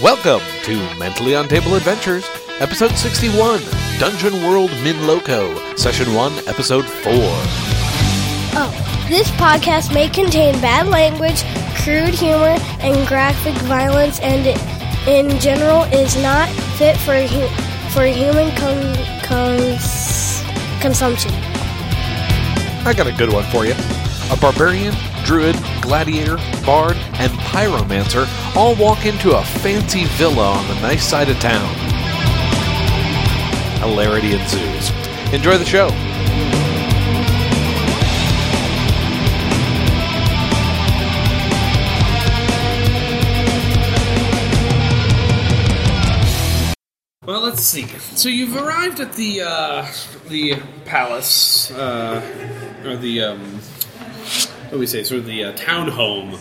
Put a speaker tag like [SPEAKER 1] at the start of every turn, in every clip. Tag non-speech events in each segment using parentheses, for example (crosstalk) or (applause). [SPEAKER 1] Welcome to Mentally Untable Adventures, Episode 61 Dungeon World Min Loco, Session 1, Episode 4.
[SPEAKER 2] Oh, this podcast may contain bad language, crude humor, and graphic violence, and it, in general is not fit for hu- for human con- cons- consumption.
[SPEAKER 1] I got a good one for you. A barbarian, druid, gladiator, bard, and pyromancer all walk into a fancy villa on the nice side of town. Hilarity ensues. Enjoy the show.
[SPEAKER 3] Well, let's see. So you've arrived at the uh, the palace, uh, or the um, what do we say? Sort of the uh, townhome.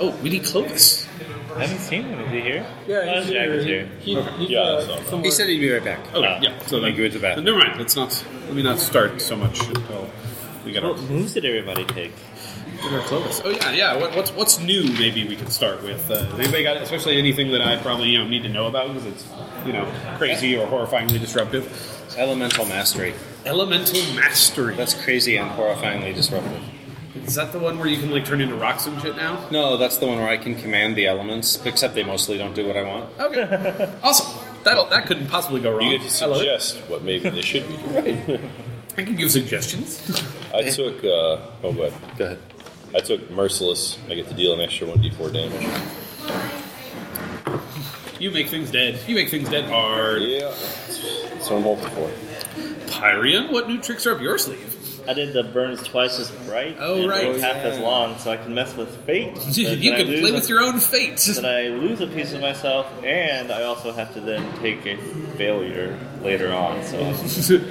[SPEAKER 3] Oh, we need Clovis.
[SPEAKER 4] I haven't seen him. Is he here?
[SPEAKER 5] Yeah, he's
[SPEAKER 4] Oh, Jack
[SPEAKER 5] here.
[SPEAKER 4] is here.
[SPEAKER 5] He, he,
[SPEAKER 4] Yeah,
[SPEAKER 5] uh,
[SPEAKER 4] that's all right.
[SPEAKER 5] somewhere-
[SPEAKER 3] He said he'd be right back. Okay,
[SPEAKER 4] Ah,
[SPEAKER 3] yeah. So
[SPEAKER 4] let me
[SPEAKER 3] then-
[SPEAKER 4] go to the bathroom.
[SPEAKER 3] Never mind. Let's not. Let me not start so much until we get our,
[SPEAKER 4] What moves did everybody take?
[SPEAKER 3] get our Clovis. Oh yeah, yeah. What, what's what's new? Maybe we can start with. Uh, has anybody got especially anything that I probably you know need to know about because it's you know crazy or horrifyingly disruptive.
[SPEAKER 6] Elemental mastery.
[SPEAKER 3] Elemental mastery.
[SPEAKER 6] That's crazy and horrifyingly disruptive.
[SPEAKER 3] Is that the one where you can like turn into rocks and shit now?
[SPEAKER 6] No, that's the one where I can command the elements, except they mostly don't do what I want. (laughs)
[SPEAKER 3] Okay. awesome. That'll, that couldn't possibly go wrong.
[SPEAKER 7] You get to
[SPEAKER 3] I love it.
[SPEAKER 7] suggest what maybe they should be doing.
[SPEAKER 3] I can give
[SPEAKER 6] (laughs)
[SPEAKER 3] suggestions.
[SPEAKER 7] (laughs) I took, uh, oh, but go ahead. I took Merciless. I get to deal an extra 1d4 damage.
[SPEAKER 3] You make things dead. You make things dead hard.
[SPEAKER 7] Yeah. So I'm hoping for.
[SPEAKER 3] Pyrian, what new tricks are up your sleeve?
[SPEAKER 4] I did the burns twice as bright.
[SPEAKER 3] Oh,
[SPEAKER 4] and
[SPEAKER 3] right.
[SPEAKER 4] both half as long, so I can mess with fate. So
[SPEAKER 3] (laughs) you
[SPEAKER 4] then I
[SPEAKER 3] can
[SPEAKER 4] lose
[SPEAKER 3] play
[SPEAKER 4] a-
[SPEAKER 3] with your own fate.
[SPEAKER 4] (laughs) Then I lose a piece of myself, and I also have to then take a failure later on. So
[SPEAKER 3] (laughs)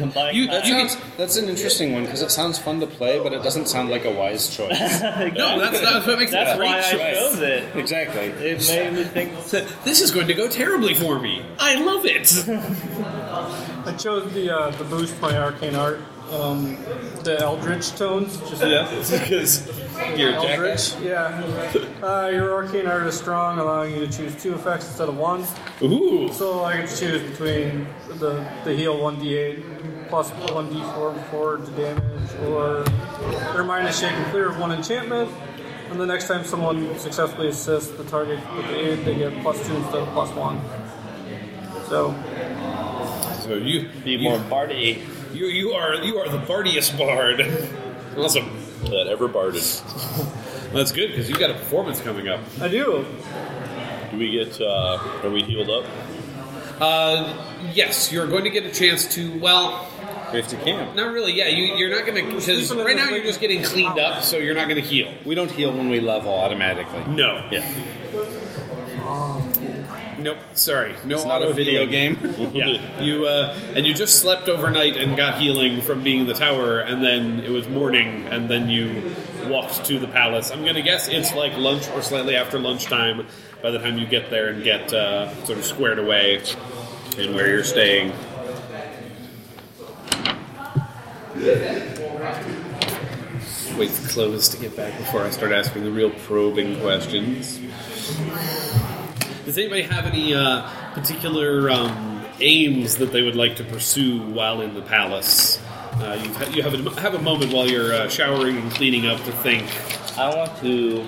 [SPEAKER 4] I'm buying
[SPEAKER 3] You-
[SPEAKER 4] (laughs) time.
[SPEAKER 3] you-
[SPEAKER 6] Sounds- that's an interesting one because it sounds fun to play, but it doesn't sound like a wise choice.
[SPEAKER 3] no, that's, that's what makes
[SPEAKER 4] That's
[SPEAKER 3] it
[SPEAKER 4] why
[SPEAKER 3] great.
[SPEAKER 4] I chose it.
[SPEAKER 6] (laughs) exactly.
[SPEAKER 4] It made me think.
[SPEAKER 3] This is going to go terribly for me. I love
[SPEAKER 4] (laughs)
[SPEAKER 3] it.
[SPEAKER 5] I chose the uh, the boost by Arcane Art, um, the Eldritch tones. Just
[SPEAKER 3] because you're
[SPEAKER 5] Eldritch. Yeah. Uh, your Arcane Art is strong, allowing you to choose two effects instead of one.
[SPEAKER 3] Ooh.
[SPEAKER 5] So I can choose between the the heal 1d8 plus 1d4 for the damage, or their mind is shaken clear of one enchantment. And the next time someone successfully assists the target with the aid, they get plus two instead of plus one. So
[SPEAKER 3] So you,
[SPEAKER 4] Be more party.
[SPEAKER 3] you, you are you are the bardiest bard. (laughs) Awesome.
[SPEAKER 7] That ever barded.
[SPEAKER 3] That's good because you've got a performance coming up.
[SPEAKER 5] I do.
[SPEAKER 7] Do we get, uh, are we healed up?
[SPEAKER 3] Uh, yes, you're going to get a chance to. Well,
[SPEAKER 6] We have to camp.
[SPEAKER 3] not really. Yeah, you, you're not going to because
[SPEAKER 5] sleeping in
[SPEAKER 3] right
[SPEAKER 5] the
[SPEAKER 3] now you're just getting cleaned up, so you're not going to heal.
[SPEAKER 6] We don't heal when we level automatically.
[SPEAKER 3] No.
[SPEAKER 6] Yeah.
[SPEAKER 3] Nope. Sorry. No.
[SPEAKER 6] It's not a
[SPEAKER 3] auto
[SPEAKER 6] video
[SPEAKER 3] healing.
[SPEAKER 6] game.
[SPEAKER 3] (laughs) Yeah. You uh, and you just slept overnight and got healing from being in the tower, and then it was morning, and then you walked to the palace. I'm going to guess it's like lunch or slightly after lunchtime by the time you get there and get uh, sort of squared away and where you're staying. Wait for Clovis to get back before I start asking the real probing questions. Does anybody have any uh, particular um, aims that they would like to pursue while in the palace? Uh, you ha- you have a, have a moment while you're uh, showering and cleaning up to think.
[SPEAKER 4] I want to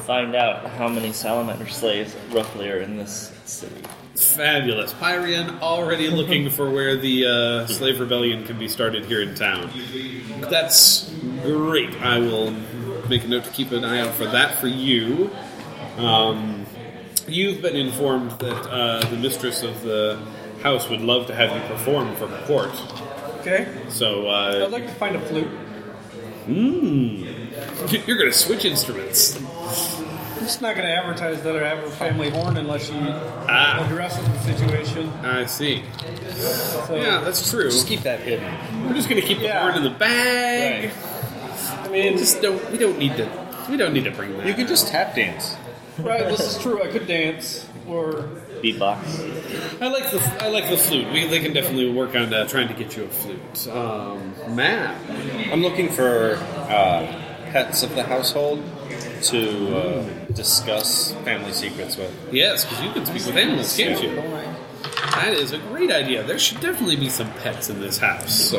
[SPEAKER 4] find out how many salamander slaves roughly are in this city.
[SPEAKER 3] Fabulous. Pyrian already looking for where the uh, slave rebellion can be started here in town. That's great. I will make a note to keep an eye out for that for you. Um, you've been informed that uh, the mistress of the house would love to have you perform for her court.
[SPEAKER 5] Okay.
[SPEAKER 3] So uh,
[SPEAKER 5] I'd like to find a flute.
[SPEAKER 3] Mm. You're gonna switch instruments.
[SPEAKER 5] I'm just not going to advertise that I have a family horn unless she
[SPEAKER 3] Ah.
[SPEAKER 5] addresses the situation.
[SPEAKER 3] I see.
[SPEAKER 5] So,
[SPEAKER 3] Yeah, that's true.
[SPEAKER 6] Just keep that hidden.
[SPEAKER 3] We're just gonna keep the
[SPEAKER 5] Yeah.
[SPEAKER 3] horn in the bag. I mean, just don't. We don't need to. We don't need to bring that.
[SPEAKER 6] You could just tap dance.
[SPEAKER 5] Right, this is true. I could dance, or
[SPEAKER 4] Beatbox.
[SPEAKER 3] I like the. I like the flute. We they can definitely work on uh, trying to get you a flute. Um, map.
[SPEAKER 6] I'm looking for uh, pets of the household to uh, discuss family secrets with.
[SPEAKER 3] Yes, because you can speak with animals, can't you? That is a great idea. There should definitely be some pets in this house. So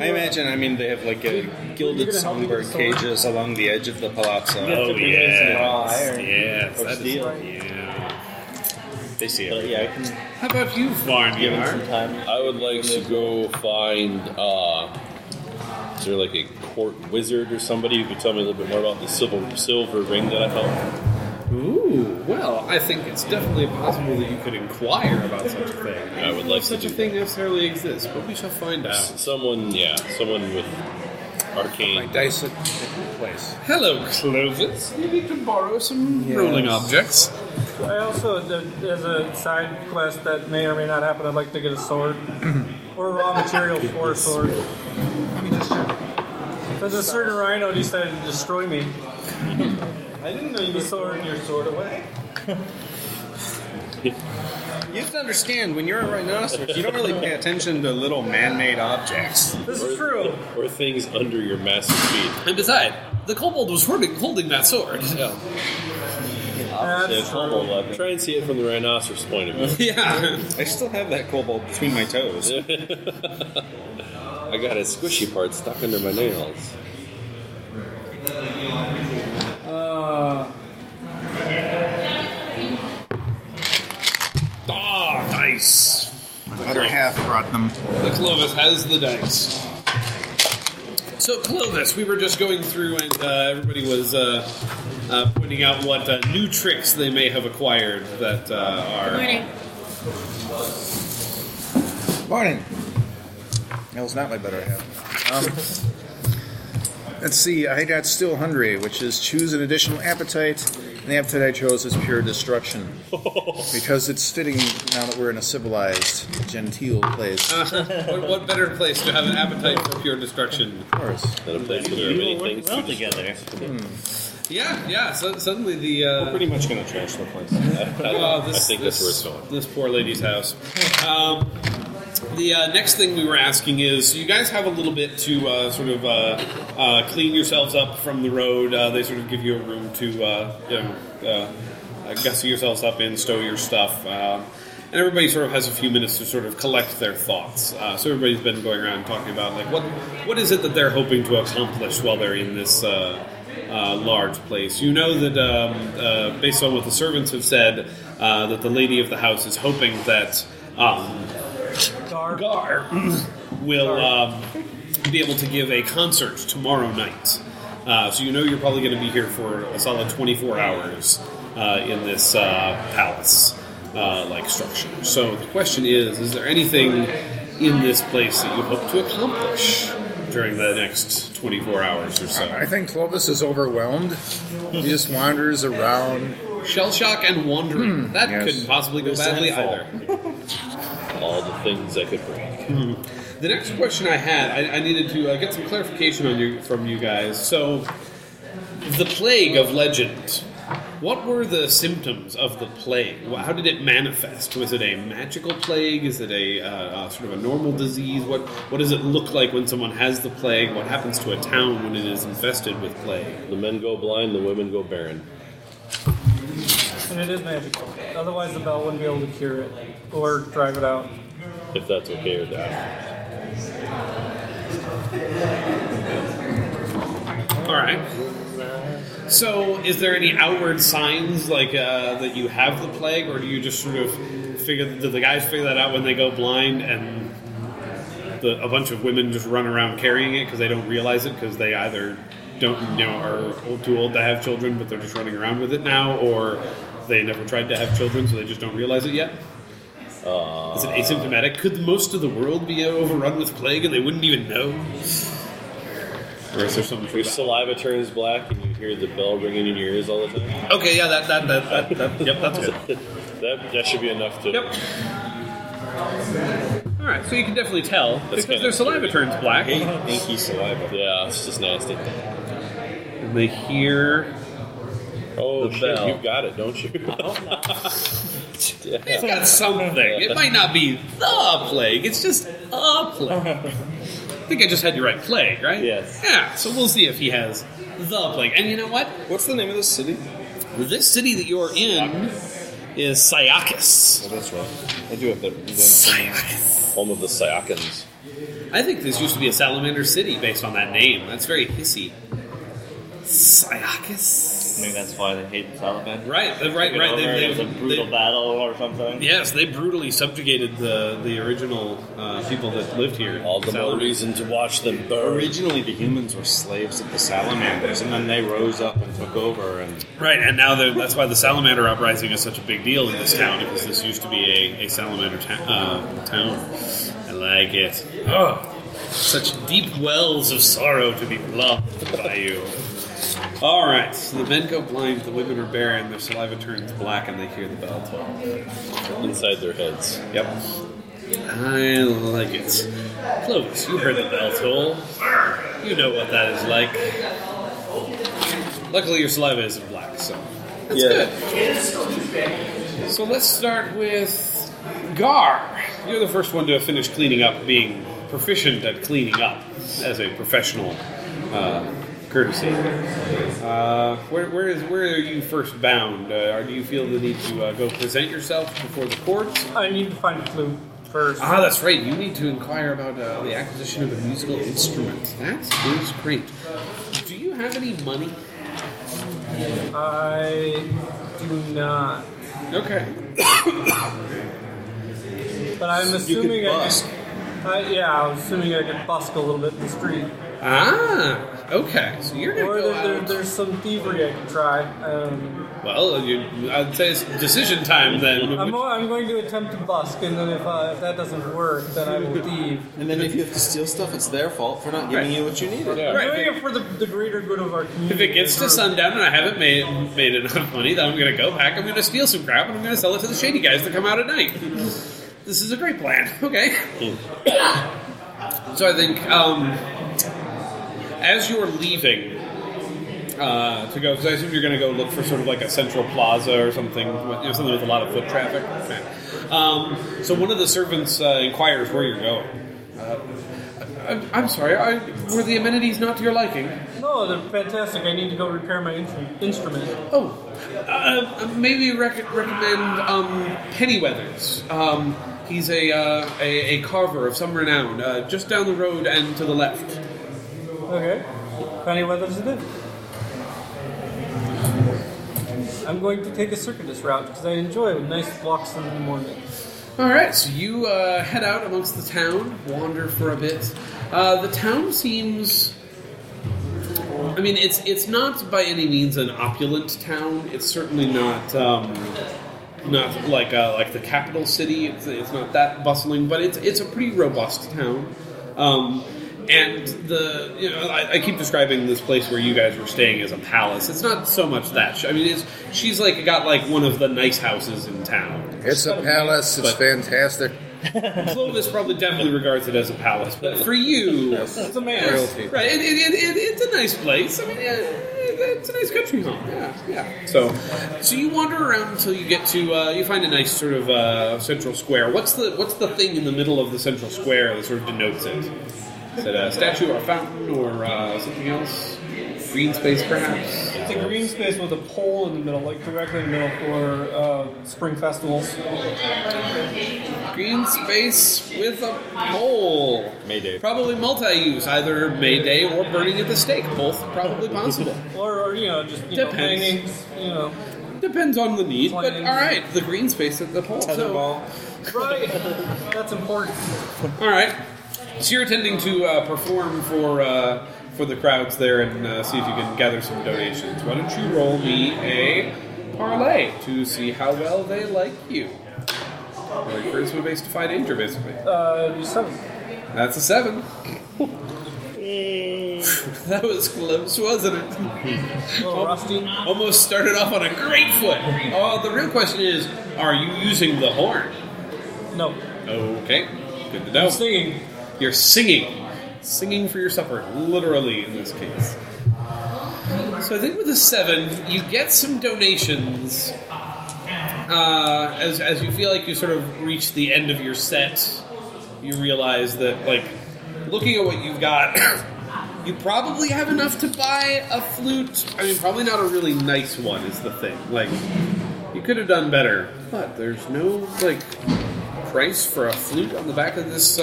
[SPEAKER 6] I imagine, I mean, they have like a gilded songbird cages along the edge of the palazzo.
[SPEAKER 4] Oh, yeah.
[SPEAKER 3] yes,
[SPEAKER 4] Or
[SPEAKER 3] that is-
[SPEAKER 4] steal.
[SPEAKER 3] yeah.
[SPEAKER 6] They see
[SPEAKER 4] But
[SPEAKER 6] it.
[SPEAKER 4] yeah, I can
[SPEAKER 3] How about you,
[SPEAKER 4] give him
[SPEAKER 3] Varnyar?
[SPEAKER 4] some time.
[SPEAKER 7] I would like to go find. Uh, is there like a court wizard or somebody who could tell me a little bit more about the silver silver ring that I found?
[SPEAKER 3] Ooh, well, I think it's definitely possible that you could inquire about such a thing.
[SPEAKER 7] I would like to
[SPEAKER 3] such a
[SPEAKER 7] do
[SPEAKER 3] thing necessarily exists, but we shall find out.
[SPEAKER 7] S- Someone, yeah, someone with arcane.
[SPEAKER 6] Dice look different place.
[SPEAKER 3] Hello, Clovis. Maybe you can borrow some rolling objects.
[SPEAKER 5] I also, th- as a side quest that may or may not happen, I'd like to get a (clears throat) sword or raw material for a sword. There's a certain rhino decided to destroy me. (laughs) I didn't know you were throwing your sword away.
[SPEAKER 6] You have to understand, when you're a rhinoceros, you don't really pay attention to little man-made objects.
[SPEAKER 5] This is true.
[SPEAKER 7] Or things under your massive feet.
[SPEAKER 3] And beside, the kobold was holding, holding that sword. So.
[SPEAKER 7] Yeah,
[SPEAKER 5] That's true.
[SPEAKER 7] kobold lab. Try and see it from the rhinoceros point of
[SPEAKER 3] (laughs)
[SPEAKER 7] view.
[SPEAKER 3] Yeah.
[SPEAKER 6] I still have that kobold between my toes.
[SPEAKER 7] I got a squishy part stuck under my nails.
[SPEAKER 5] Uh,
[SPEAKER 3] Ah, dice.
[SPEAKER 8] The other half brought them.
[SPEAKER 3] The Clovis has the dice. So Clovis, we were just going through, and uh, everybody was uh, uh, pointing out what uh, new tricks they may have acquired that uh, are.
[SPEAKER 8] Morning. That was not my better half. Um, let's see. I got still hungry, which is choose an additional appetite. And the appetite I chose is pure destruction, because it's fitting now that we're in a civilized, genteel place. Of
[SPEAKER 3] what, what better place to have an appetite for pure destruction?
[SPEAKER 8] course.
[SPEAKER 7] At a place where there are
[SPEAKER 4] We
[SPEAKER 7] many
[SPEAKER 4] were working
[SPEAKER 7] things.
[SPEAKER 4] well hmm. together.
[SPEAKER 3] Yeah, yeah. So, suddenly the.
[SPEAKER 6] We're
[SPEAKER 3] Uh,
[SPEAKER 6] pretty much going to trash the
[SPEAKER 3] (laughs)
[SPEAKER 6] place.
[SPEAKER 3] oh,
[SPEAKER 7] I
[SPEAKER 3] this,
[SPEAKER 7] think
[SPEAKER 3] this,
[SPEAKER 7] that's where it's going.
[SPEAKER 3] This poor lady's house. Um, the uh, next thing we were asking is you guys have a little bit to uh, sort of uh, uh, clean yourselves up from the road. Uh, they sort of give you a room to uh, you know uh, uh, gussy yourselves up in, stow your stuff, um, and everybody sort of has a few minutes to sort of collect their thoughts. Uh, so everybody's been going around talking about like what what is it that they're hoping to accomplish while they're in this. Uh, uh, large place. You know that, um, uh, based on what the servants have said, uh, that the lady of the house is hoping that um,
[SPEAKER 5] Gar.
[SPEAKER 3] Gar (clears throat) will um, be able to give a concert tomorrow night. Uh, so you know you're probably going to be here for a solid 24 hours uh, in this uh, palace uh, like structure. So the question is: Is there anything in this place that you hope to accomplish during the next 24 hours or so?
[SPEAKER 8] I think Clovis is overwhelmed. He just wanders around.
[SPEAKER 3] Shell shock and wandering. that
[SPEAKER 8] yes.
[SPEAKER 3] couldn't possibly go badly either.
[SPEAKER 7] All the things I could bring.
[SPEAKER 3] The next question I had, I, I needed to uh, get some clarification on you from you guys. So, the plague of legend. What were the symptoms of the plague? Wh- How did it manifest? Was it a magical plague? Is it a uh, uh, sort of a normal disease? What What does it look like when someone has the plague? What happens to a town when it is infested with plague?
[SPEAKER 7] The men go blind, the women go barren.
[SPEAKER 5] And it is magical. Otherwise, the bell wouldn't be able to cure it or drive it out.
[SPEAKER 7] If that's okay with that.
[SPEAKER 3] All right. So, is there any outward signs like uh, that you have the plague, or do you just sort of figure? Did the guys figure that out when they go blind, and the, a bunch of women just run around carrying it because they don't realize it because they either don't you know are old, too old to have children, but they're just running around with it now, or they never tried to have children, so they just don't realize it yet. Is it asymptomatic? Could most of the world be overrun with plague and they wouldn't even know? Or is there something?
[SPEAKER 7] Your saliva turns black and you hear the bell ringing in your ears all the time. (laughs)
[SPEAKER 3] Okay, yeah, that that that that, that yep, that's good.
[SPEAKER 7] that, that should be enough to.
[SPEAKER 3] Yep. All right, so you can definitely tell because
[SPEAKER 7] kinda
[SPEAKER 3] their saliva turns black,
[SPEAKER 6] Inky saliva.
[SPEAKER 7] Yeah, it's just nasty.
[SPEAKER 3] and they hear.
[SPEAKER 7] Oh,
[SPEAKER 3] The
[SPEAKER 7] shit,
[SPEAKER 3] bell.
[SPEAKER 7] you got it, don't you? yeah. (laughs)
[SPEAKER 3] It's got something. It might not be the plague. It's just a plague. I think I just had you right, plague, right?
[SPEAKER 4] Yes.
[SPEAKER 3] Yeah. So we'll see if he has the plague. And you know what?
[SPEAKER 6] What's the name of this city?
[SPEAKER 3] This city that you're in is Syakis.
[SPEAKER 7] Oh, that's right. I do have that. Home of the Sayakans.
[SPEAKER 3] I think this used to be a salamander city based on that name. That's very hissy. Syakis.
[SPEAKER 4] Maybe that's why they hate the Taliban.
[SPEAKER 3] Right, uh, right,
[SPEAKER 4] Took it
[SPEAKER 3] right.
[SPEAKER 4] over,
[SPEAKER 3] They,
[SPEAKER 4] it was a
[SPEAKER 3] they,
[SPEAKER 4] brutal
[SPEAKER 3] they,
[SPEAKER 4] battle or something.
[SPEAKER 3] yes, they brutally subjugated the, the original uh, people that lived here.
[SPEAKER 7] All the more
[SPEAKER 3] Salamanders.
[SPEAKER 7] reason to watch them burn.
[SPEAKER 6] Originally, the humans were slaves of the salamanders, and then they rose up and took over. And
[SPEAKER 3] Right, and now they're- that's why the salamander uprising is such a big deal in this town because this used to be a, a salamander ta- uh, town. I like it. Oh, such deep wells of sorrow to be loved by you. All right, so the men go blind, the women are barren, their saliva turns black, and they hear the bell toll.
[SPEAKER 7] Inside their heads.
[SPEAKER 3] Yep, I like it. Clovis, you heard the bell toll. You know what that is like. Luckily, your saliva isn't black, so. That's good. So let's start with Gar. You're the first one to finish cleaning up, being proficient at cleaning up as a professional uh, courtesy. Uh, where, where is where are you first bound? Uh, or do you feel the need to uh, go present yourself before the court?
[SPEAKER 5] I need to find a clue first.
[SPEAKER 3] Ah, that's right. You need to inquire about uh, the acquisition of a musical instrument. That is great. Do you have any money?
[SPEAKER 5] I do not.
[SPEAKER 3] Okay.
[SPEAKER 5] But I'm assuming I could. I, yeah, I'm assuming I could busk a little bit in the street.
[SPEAKER 3] Ah, okay. So you're gonna
[SPEAKER 5] Or
[SPEAKER 3] go
[SPEAKER 5] there, there,
[SPEAKER 3] out.
[SPEAKER 5] there's some thievery I could try. Um,
[SPEAKER 3] Well, you, I'd say it's decision time then.
[SPEAKER 5] I'm, I'm going to attempt to busk, and then if, uh, if that doesn't work, then I will
[SPEAKER 3] (laughs)
[SPEAKER 5] leave.
[SPEAKER 6] and then if you have to steal stuff, it's their fault for not giving you what you needed.
[SPEAKER 5] I'm
[SPEAKER 3] Right,
[SPEAKER 5] doing it for the, the greater good of our community.
[SPEAKER 3] If it gets to
[SPEAKER 5] Or-
[SPEAKER 3] sundown and I haven't made made enough money, then I'm gonna go back. I'm gonna steal some crap and I'm gonna sell it to the shady guys that come out at night. this is a great plan. (laughs) Okay. so I think um, as you're leaving uh, to go, because I assume you're gonna go look for sort of like a central plaza or something, with- you know, something with a lot of foot traffic. Okay. Um, so one of the servants uh, inquires where you're going. Uh, I, I'm sorry. I, were the amenities not to your liking?
[SPEAKER 5] No, they're fantastic. I need to go repair my intru- instrument.
[SPEAKER 3] Oh, uh, maybe rec- recommend um, Pennyweathers. Um, he's a, uh, a a carver of some renown, uh, just down the road and to the left.
[SPEAKER 5] Okay. Penny Weathers it is. I'm going to take a circuitous route because I enjoy nice walks in the morning.
[SPEAKER 3] All right, so you uh, head out amongst the town, wander for a bit. Uh, the town seems. I mean, it's it's not by any means an opulent town. It's certainly not um, not like uh, like the capital city. It's, it's not that bustling, but it's it's a pretty robust town. Um, and the you know I, I keep describing this place where you guys were staying as a palace. It's not so much that. I mean, it's she's like got like one of the nice houses in town.
[SPEAKER 8] It's a palace. It's
[SPEAKER 3] But-
[SPEAKER 8] fantastic.
[SPEAKER 3] Clovis probably definitely regards it as a palace, but for you,
[SPEAKER 5] It's a man.
[SPEAKER 8] Royalty.
[SPEAKER 3] right? It, it, it, it, it's a nice place. I mean, yeah, it, it's a nice country home. Yeah, yeah. So, so you wander around until you get to uh, you find a nice sort of uh, central square. What's the what's the thing in the middle of the central square that sort of denotes it? Is it a statue or a fountain or uh, something else? Green space, perhaps.
[SPEAKER 5] It's a green space with a pole in the middle, like directly in the middle for uh, spring festivals.
[SPEAKER 3] Green space with a pole.
[SPEAKER 7] Mayday.
[SPEAKER 3] Probably multi-use, either Mayday or burning at the stake. Both probably possible.
[SPEAKER 5] Or, or you know, just you know,
[SPEAKER 3] Depends.
[SPEAKER 5] hangings, you know.
[SPEAKER 3] Depends on the need, but
[SPEAKER 5] Plans.
[SPEAKER 3] all right, the green space at the pole. So,
[SPEAKER 5] Right. That's important.
[SPEAKER 3] all right, so you're attending to uh, perform for uh, for the crowds there and uh, see if you can gather some donations. Why don't you roll me a parlay to see how well they like you? Like charisma based to fight danger, basically.
[SPEAKER 5] Uh, you said
[SPEAKER 3] That's a seven. (laughs) that was close, wasn't it?
[SPEAKER 5] a little rusty.
[SPEAKER 3] Almost started off on a great foot. Oh, the real question is, are you using the horn?
[SPEAKER 5] No.
[SPEAKER 3] Okay, good to know.
[SPEAKER 5] Singing.
[SPEAKER 3] You're singing. Singing for your supper, literally in this case. So I think with a seven, you get some donations uh, as, as you feel like you sort of reach the end of your set. you realize that, like, looking at what you've got, (coughs) you probably have enough to buy a flute. I mean, probably not a really nice one, is the thing. Like, you could have done better, but there's no, like, price for a flute on the back of this.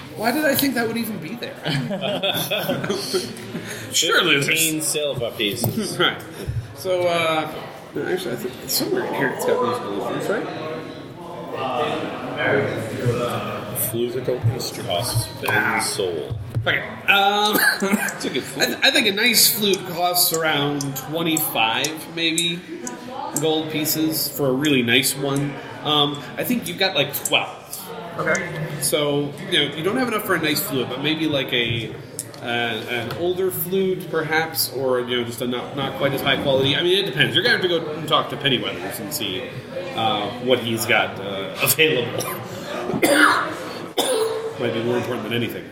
[SPEAKER 3] Uh, why did I think that would even be there? Surely there's
[SPEAKER 7] Fifteen silver pieces.
[SPEAKER 3] (laughs) Right. So, uh, no, actually, I think it's somewhere in here it's got musical instruments, right?
[SPEAKER 7] Flutical instruments. Bend soul.
[SPEAKER 3] Ah. Okay. Um, (laughs) I, th- I think a nice flute costs around 25, maybe, gold pieces for a really nice one. Um, I think you've got like 12.
[SPEAKER 5] Okay.
[SPEAKER 3] So, you know, you don't have enough for a nice flute, but maybe like a. Uh, an older flute, perhaps, or you know, just a not not quite as high quality. I mean, it depends. You're gonna have to go and talk to Pennyweathers and see uh, what he's got uh, (laughs) available. (coughs) Might be more important than anything.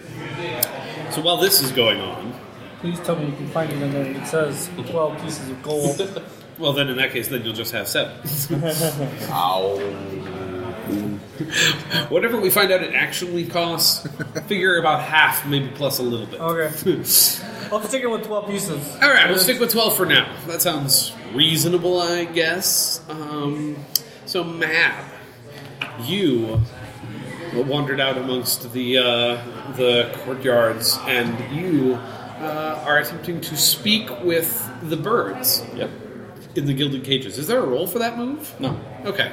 [SPEAKER 3] So while this is going on,
[SPEAKER 5] Please tell me you can find it in there. It says 12 pieces of gold.
[SPEAKER 3] Well, then in that case, then you'll just have seven. (laughs) Whatever we find out it actually costs, figure about half, maybe plus a little bit.
[SPEAKER 5] Okay.
[SPEAKER 3] (laughs)
[SPEAKER 5] I'll stick it with 12 pieces.
[SPEAKER 3] All right, we'll stick with 12 for now. That sounds reasonable, I guess. Um, so, Mab, you wandered out amongst the, uh, the courtyards and you uh, are attempting to speak with the birds
[SPEAKER 4] Yep.
[SPEAKER 3] in the gilded cages. Is there a role for that move?
[SPEAKER 4] No.
[SPEAKER 3] Okay.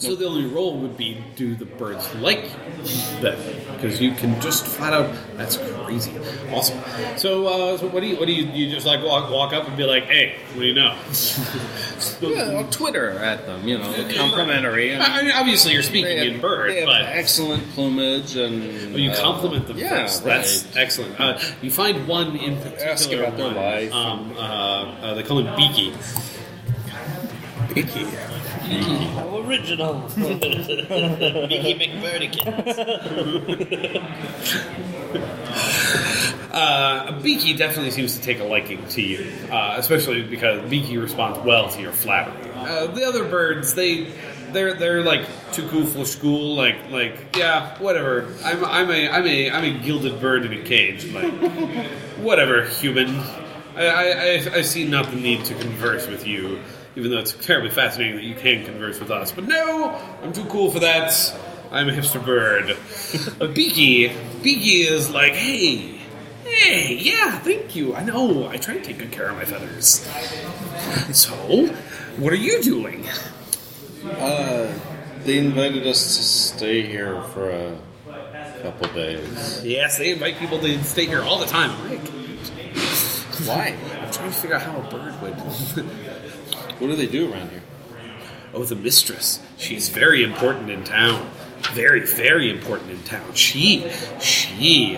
[SPEAKER 3] So the only role would be do the birds like you then? Because you can just flat out. That's crazy. Awesome. So, uh, so what do you what do you you just like walk walk up and be like, hey, what do you
[SPEAKER 6] (laughs)
[SPEAKER 3] know?
[SPEAKER 6] Yeah, well, Twitter at them, you know, they're complimentary. and
[SPEAKER 3] I mean, obviously you're speaking
[SPEAKER 6] they have-
[SPEAKER 3] in bird,
[SPEAKER 6] they have
[SPEAKER 3] but
[SPEAKER 6] excellent plumage and.
[SPEAKER 3] Well, you
[SPEAKER 6] uh,
[SPEAKER 3] compliment them
[SPEAKER 6] yeah,
[SPEAKER 3] first.
[SPEAKER 6] right.
[SPEAKER 3] That's excellent. Uh, you find one in particular.
[SPEAKER 6] Ask about their
[SPEAKER 3] one,
[SPEAKER 6] life.
[SPEAKER 3] Um, uh, uh, they call him Beaky.
[SPEAKER 4] How original. Mickey McBurdigan.
[SPEAKER 3] Uh, Beaky definitely seems to take a liking to you, uh, especially because Beaky responds well to your flattery. Uh, the other birds, they, they're they're like too cool for school, like like yeah, whatever. I'm I'm a I'm a I'm a gilded bird in a cage, like whatever, human. I I, I, I see not the need to converse with you, even though it's terribly fascinating that you can converse with us. But no, I'm too cool for that. I'm a hipster bird. but Beaky, Beaky is like, hey, Hey, yeah, thank you. I know. I try to take good care of my feathers. So, what are you doing?
[SPEAKER 4] They invited us to stay here for a couple days.
[SPEAKER 3] Yes, they invite people to stay here all the time. I'm like,
[SPEAKER 4] Why?
[SPEAKER 3] I'm trying to figure out how a bird would.
[SPEAKER 4] What do they do around here?
[SPEAKER 3] oh, the mistress. She's very important in town. Very, very important in town. She, she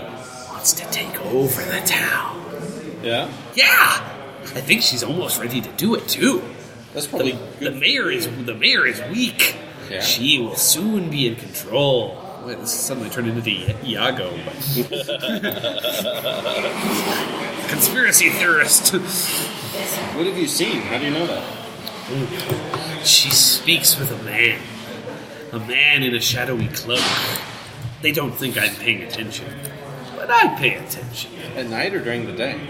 [SPEAKER 3] wants to take over the town.
[SPEAKER 4] Yeah?
[SPEAKER 3] Yeah, I think she's almost ready to do it too.
[SPEAKER 4] That's probably
[SPEAKER 3] The, the mayor is the mayor is weak.
[SPEAKER 4] Yeah.
[SPEAKER 3] She will soon be in control. Wait, this suddenly turned into the Iago. but- (laughs) Conspiracy theorist.
[SPEAKER 4] What have you seen? How do you know that?
[SPEAKER 3] She speaks with a man. A man in a shadowy cloak. They don't think I'm paying attention. But I pay attention.
[SPEAKER 4] At night or during the day?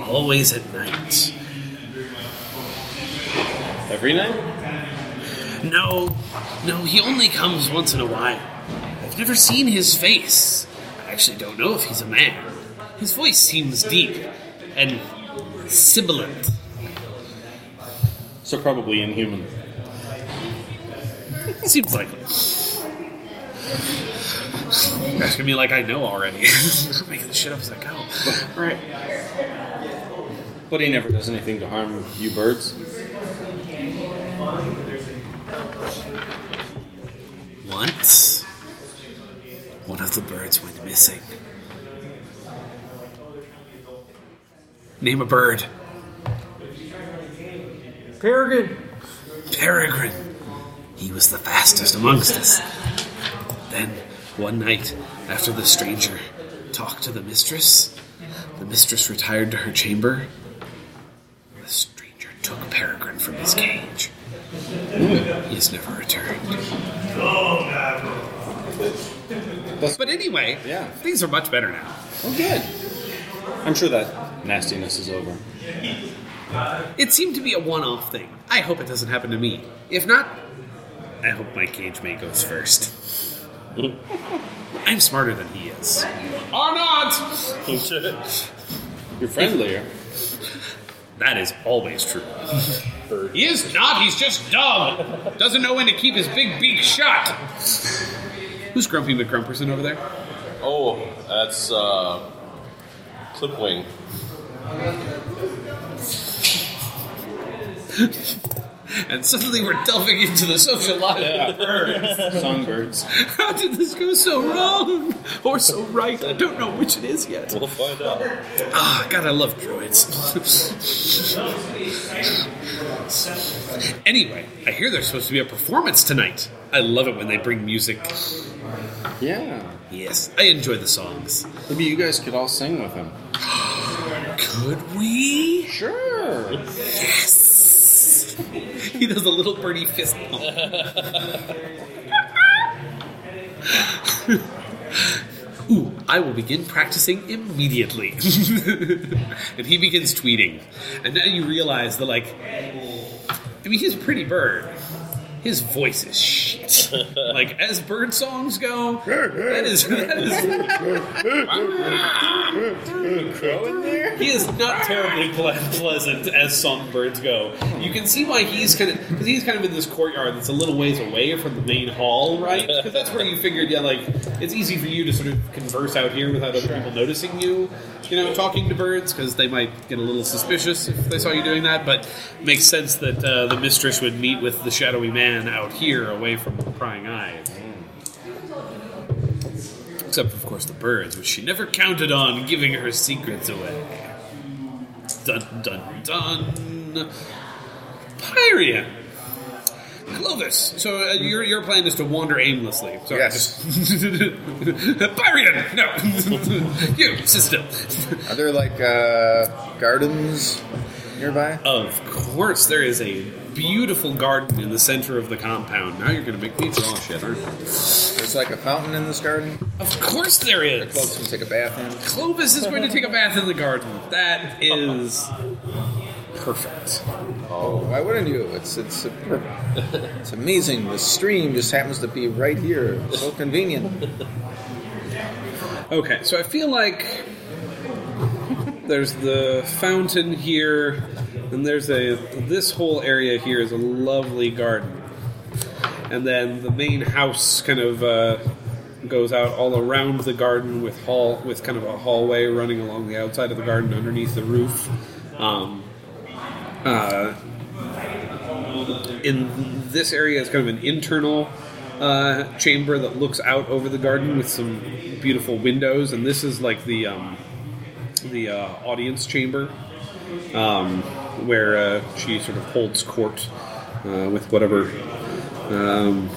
[SPEAKER 3] Always at night.
[SPEAKER 4] Every night?
[SPEAKER 3] No, no, he only comes once in a while. I've never seen his face. I actually don't know if he's a man. His voice seems deep and sibilant.
[SPEAKER 4] So probably inhuman.
[SPEAKER 3] Seems like it. That's gonna be like I know already. (laughs) I'm making this shit up as I go.
[SPEAKER 4] Right. But he never does anything to harm you birds.
[SPEAKER 3] Once, one of the birds went missing. Name a bird.
[SPEAKER 5] Peregrine.
[SPEAKER 3] Peregrine. He was the fastest amongst us. Then, one night, after the stranger talked to the mistress, the mistress retired to her chamber. The stranger took Peregrine from his cage. He has never returned.
[SPEAKER 6] But anyway,
[SPEAKER 3] Yeah.
[SPEAKER 6] things are much better now.
[SPEAKER 3] Oh, good.
[SPEAKER 6] I'm sure that nastiness is over.
[SPEAKER 3] It seemed to be a one-off thing. I hope it doesn't happen to me. If not, I hope my cage mate goes first. (laughs) I'm smarter than he is. Or not!
[SPEAKER 7] You're friendlier.
[SPEAKER 3] (laughs) That is always true. (laughs) he is not, he's just dumb. Doesn't know when to keep his big beak shut. Who's Grumpy McGrumperson over there?
[SPEAKER 7] Oh, that's uh, Clipwing.
[SPEAKER 3] And suddenly we're delving into the social life of birds.
[SPEAKER 6] Songbirds.
[SPEAKER 3] How did this go so wrong? Or so right? I don't know which it is yet.
[SPEAKER 7] We'll find out.
[SPEAKER 3] Ah, God, I love droids. (laughs) anyway, I hear there's supposed to be a performance tonight. I love it when they bring music.
[SPEAKER 6] Yeah.
[SPEAKER 3] Yes, I enjoy the songs.
[SPEAKER 6] Maybe you guys could all sing with him.
[SPEAKER 3] Could we?
[SPEAKER 6] Sure.
[SPEAKER 3] Yes. he does a little birdie fist pump. (laughs) Ooh, I will begin practicing immediately. (laughs) and he begins tweeting. And now you realize that, like, I mean, he's a pretty bird. His voice is shit. like, as bird songs go, that is. That is he is not terribly ple- pleasant as songbirds go. You can see why he's kind of because he's kind of in this courtyard that's a little ways away from the main hall, right? Because that's where you figured, yeah, like it's easy for you to sort of converse out here without other people noticing you, you know, talking to birds because they might get a little suspicious if they saw you doing that. But it makes sense that uh, the mistress would meet with the shadowy man out here, away from the prying eyes. Except, of course, the birds, which she never counted on giving her secrets away. Dun dun dun. Pyria. Clovis. So uh, your your plan is to wander aimlessly. Sorry.
[SPEAKER 8] Yes.
[SPEAKER 3] (laughs) Pyrian. No. (laughs) you sit still.
[SPEAKER 8] Are there like uh, gardens nearby?
[SPEAKER 3] Of course, there is a beautiful garden in the center of the compound. Now you're going to make me draw shit, aren't you?
[SPEAKER 8] There's like a fountain in this garden.
[SPEAKER 3] Of course there is.
[SPEAKER 8] Folks can take a bath in.
[SPEAKER 3] Clovis is going to take a bath in the garden. That is perfect.
[SPEAKER 8] Oh, Why wouldn't you? It's it's a, it's amazing. The stream just happens to be right here. So convenient.
[SPEAKER 3] Okay, so I feel like there's the fountain here, and there's a this whole area here is a lovely garden, and then the main house kind of uh, goes out all around the garden with hall with kind of a hallway running along the outside of the garden underneath the roof. Um, uh, in this area is kind of an internal uh, chamber that looks out over the garden with some beautiful windows, and this is like the um, the uh, audience chamber um, where uh, she sort of holds court uh, with whatever. Um,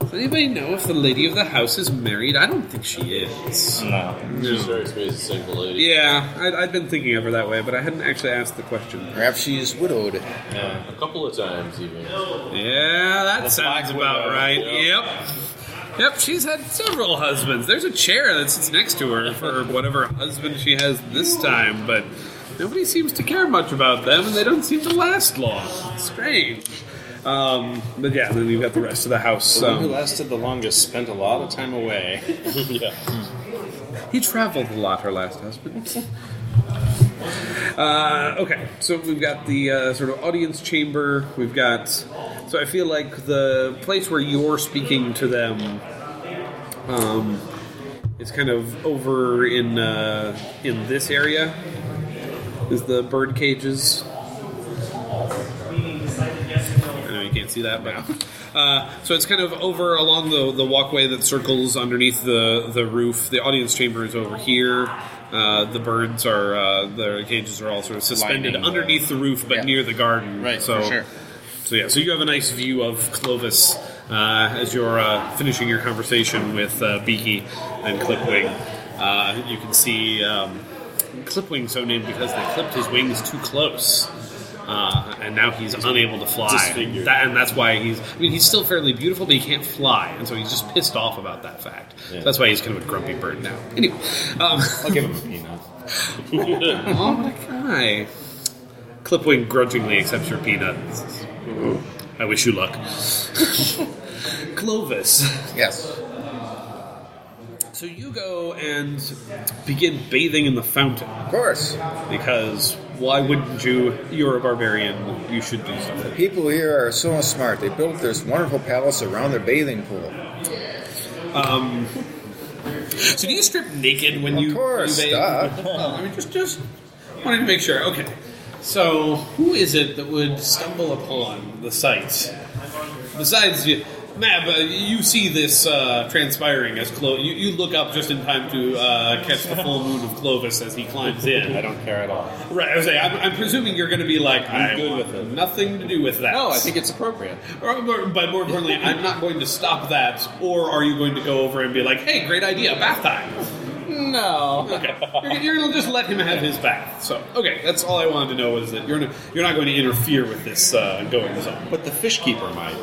[SPEAKER 3] does anybody know if the lady of the house is married? I don't think she is.
[SPEAKER 4] No.
[SPEAKER 7] She's very sweet, single lady.
[SPEAKER 3] Yeah, I'd, I'd been thinking of her that way, but I hadn't actually asked the question.
[SPEAKER 8] Perhaps she's widowed.
[SPEAKER 7] A couple of times even.
[SPEAKER 3] Yeah, that sounds
[SPEAKER 4] Black
[SPEAKER 3] about
[SPEAKER 4] Widow.
[SPEAKER 3] right. Yep. Yep, she's had several husbands. There's a chair that sits next to her for whatever husband she has this time, but nobody seems to care much about them, and they don't seem to last long. Strange. Um, but yeah, then you've got the rest of the house.
[SPEAKER 6] The one who
[SPEAKER 3] So.
[SPEAKER 6] lasted the longest spent a lot of
[SPEAKER 3] (laughs)
[SPEAKER 6] time away.
[SPEAKER 7] yeah.
[SPEAKER 3] He traveled a lot, her last husband. Uh, okay, so we've got the uh, sort of audience chamber. We've got. So I feel like the place where you're speaking to them um, is kind of over in uh, in this area. Is the bird cages? I know you can't see that, but uh, so it's kind of over along the the walkway that circles underneath the the roof. The audience chamber is over here. Uh, the birds are uh, their cages are all sort of suspended
[SPEAKER 6] Lining the-
[SPEAKER 3] underneath the roof, but
[SPEAKER 6] Yeah.
[SPEAKER 3] near the garden.
[SPEAKER 6] Right,
[SPEAKER 3] So
[SPEAKER 6] for sure.
[SPEAKER 3] so yeah, so you have a nice view of Clovis uh, as you're uh, finishing your conversation with uh, Beaky and Clipwing. Uh, you can see um, Clipwing so named because they clipped his wings too close. uh, and now he's unable to fly.
[SPEAKER 7] Disfigured.
[SPEAKER 3] That, and that's why he's. I mean, he's still fairly beautiful, but he can't fly, and so he's just pissed off about that fact. So that's why he's kind of a grumpy bird now. Anyway, um,
[SPEAKER 4] I'll give him a peanut.
[SPEAKER 3] (laughs) oh, what a guy! Clipwing grudgingly accepts your peanut. I wish you luck, (laughs) Clovis.
[SPEAKER 8] Yes.
[SPEAKER 3] So you go and begin bathing in the fountain
[SPEAKER 8] Of course.
[SPEAKER 3] because why wouldn't you? You're a barbarian. You should do something.
[SPEAKER 8] People here are so smart. They built this wonderful palace around their bathing pool.
[SPEAKER 3] So do you strip naked when you?
[SPEAKER 8] of course.
[SPEAKER 3] you bathe?
[SPEAKER 8] duh.
[SPEAKER 3] (laughs) Well, I mean, just just wanted to make sure. Okay. So who is it that would stumble upon the site? Besides you, Mab, uh, you see this uh, transpiring as Clo- you, you look up just in time to uh, catch the full moon of Clovis as he climbs in.
[SPEAKER 4] I don't care at all.
[SPEAKER 3] Right, I was saying, I'm, I'm presuming you're going to be like, I'm good with it. Nothing to do with that.
[SPEAKER 6] No, I think it's appropriate.
[SPEAKER 3] Or, or- but more importantly, I'm not going to stop that. Or are you going to go over and be like, "Hey, great idea, bath time"?
[SPEAKER 6] No.
[SPEAKER 3] Okay, you're, you're gonna just let him have his bath. So, okay, that's all I wanted to know was that you're n- you're not going to interfere with this uh, goings on.
[SPEAKER 7] But the fish keeper might.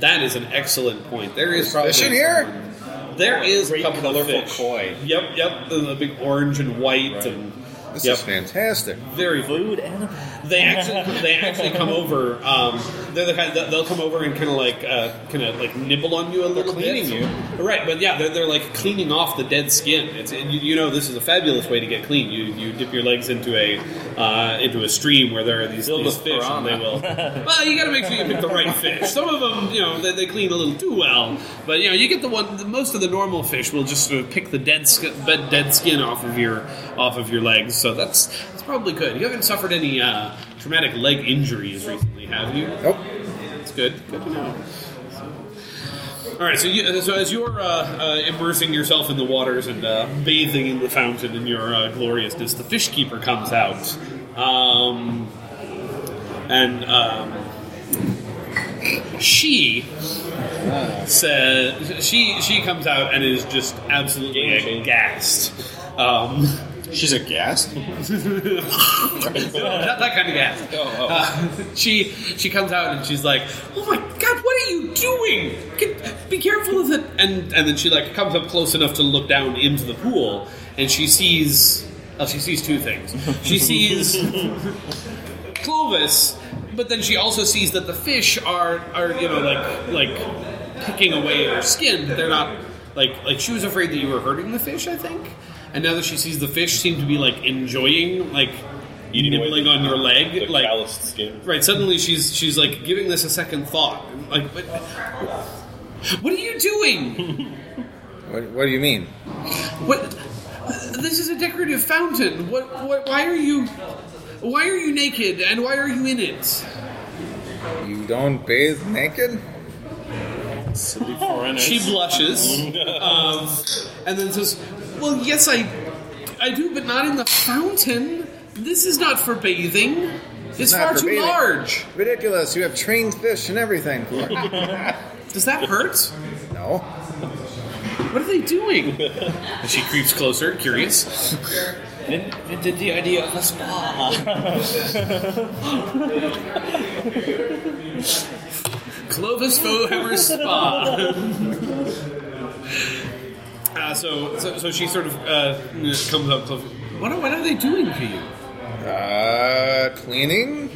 [SPEAKER 3] That is an excellent point. There is probably
[SPEAKER 8] Fish in here?
[SPEAKER 3] There is a
[SPEAKER 4] Great
[SPEAKER 3] couple of
[SPEAKER 4] colorful
[SPEAKER 3] fish.
[SPEAKER 4] koi.
[SPEAKER 3] Yep, yep. The, the big orange and white and
[SPEAKER 8] This
[SPEAKER 3] yep,
[SPEAKER 8] is fantastic.
[SPEAKER 3] very
[SPEAKER 4] Food and a
[SPEAKER 3] They actually they actually come over. Um, they're the kind that they'll come over and kind of like uh, kind of like nibble on you a little
[SPEAKER 6] cleaning
[SPEAKER 3] bit. you, right? But yeah, they're, they're like cleaning off the dead skin. It's and you, you know this is a fabulous way to get clean. You you dip your legs into a uh, into a stream where there are these,
[SPEAKER 4] Filled
[SPEAKER 3] these
[SPEAKER 4] with
[SPEAKER 3] fish, and they
[SPEAKER 4] piranha.
[SPEAKER 3] will. (laughs) well, you got to make sure you pick the right fish. Some of them, you know, they, they clean a little too well, but you know, you get the one. The, most of the normal fish will just sort of pick the dead skin, dead skin off of your off of your legs. So that's that's probably good. You haven't suffered any uh, traumatic leg injuries recently, have you?
[SPEAKER 8] Nope.
[SPEAKER 3] It's good. Good to know. So- All right, so you, so as you're uh, uh, immersing yourself in the waters and uh, bathing in the fountain in your uh, gloriousness, the fish keeper comes out, um, and um, she says she she comes out and is just absolutely
[SPEAKER 7] Game changer.
[SPEAKER 3] aghast. Um,
[SPEAKER 7] She's
[SPEAKER 3] (laughs)
[SPEAKER 7] aghast.
[SPEAKER 3] not that kind of gas. Uh, she she comes out and she's like, "Oh my god, what are you doing? Get, be careful of it!" And and then she like comes up close enough to look down into the pool, and she sees. Oh, she sees two things. She sees Clovis, but then she also sees that the fish are are you know like like picking away at her skin. They're not like like she was afraid that you were hurting the fish. I think, and now that she sees the fish seem to be like enjoying like
[SPEAKER 7] Eating away
[SPEAKER 3] nibbling
[SPEAKER 7] the-
[SPEAKER 3] on your leg,
[SPEAKER 7] The
[SPEAKER 3] like
[SPEAKER 7] calloused skin.
[SPEAKER 3] right. Suddenly she's she's like giving this a second thought. Like, what, what are you doing?
[SPEAKER 8] What, what do you mean?
[SPEAKER 3] What? This is a decorative fountain. What? what why are you? Why are you naked and why are you in it?
[SPEAKER 8] You don't bathe naked?
[SPEAKER 7] Silly foreigners.
[SPEAKER 3] She blushes, um, and then says, "Well, yes, I, I do, but not in the fountain. This is not for bathing. It's
[SPEAKER 8] not
[SPEAKER 3] far
[SPEAKER 8] for
[SPEAKER 3] too
[SPEAKER 8] bathing."
[SPEAKER 3] large.
[SPEAKER 8] Ridiculous. You have trained fish and everything. for it.
[SPEAKER 3] Does that hurt?
[SPEAKER 8] no.
[SPEAKER 3] What are they
[SPEAKER 4] (laughs)
[SPEAKER 3] doing?" And she creeps closer, curious.
[SPEAKER 4] Invented the idea of a spa.
[SPEAKER 3] (laughs) Clovis Fohammer
[SPEAKER 4] (laughs)
[SPEAKER 3] Spa. Uh, so, so, so she sort of uh, comes up close. What are, what are they doing to you?
[SPEAKER 8] Uh, cleaning?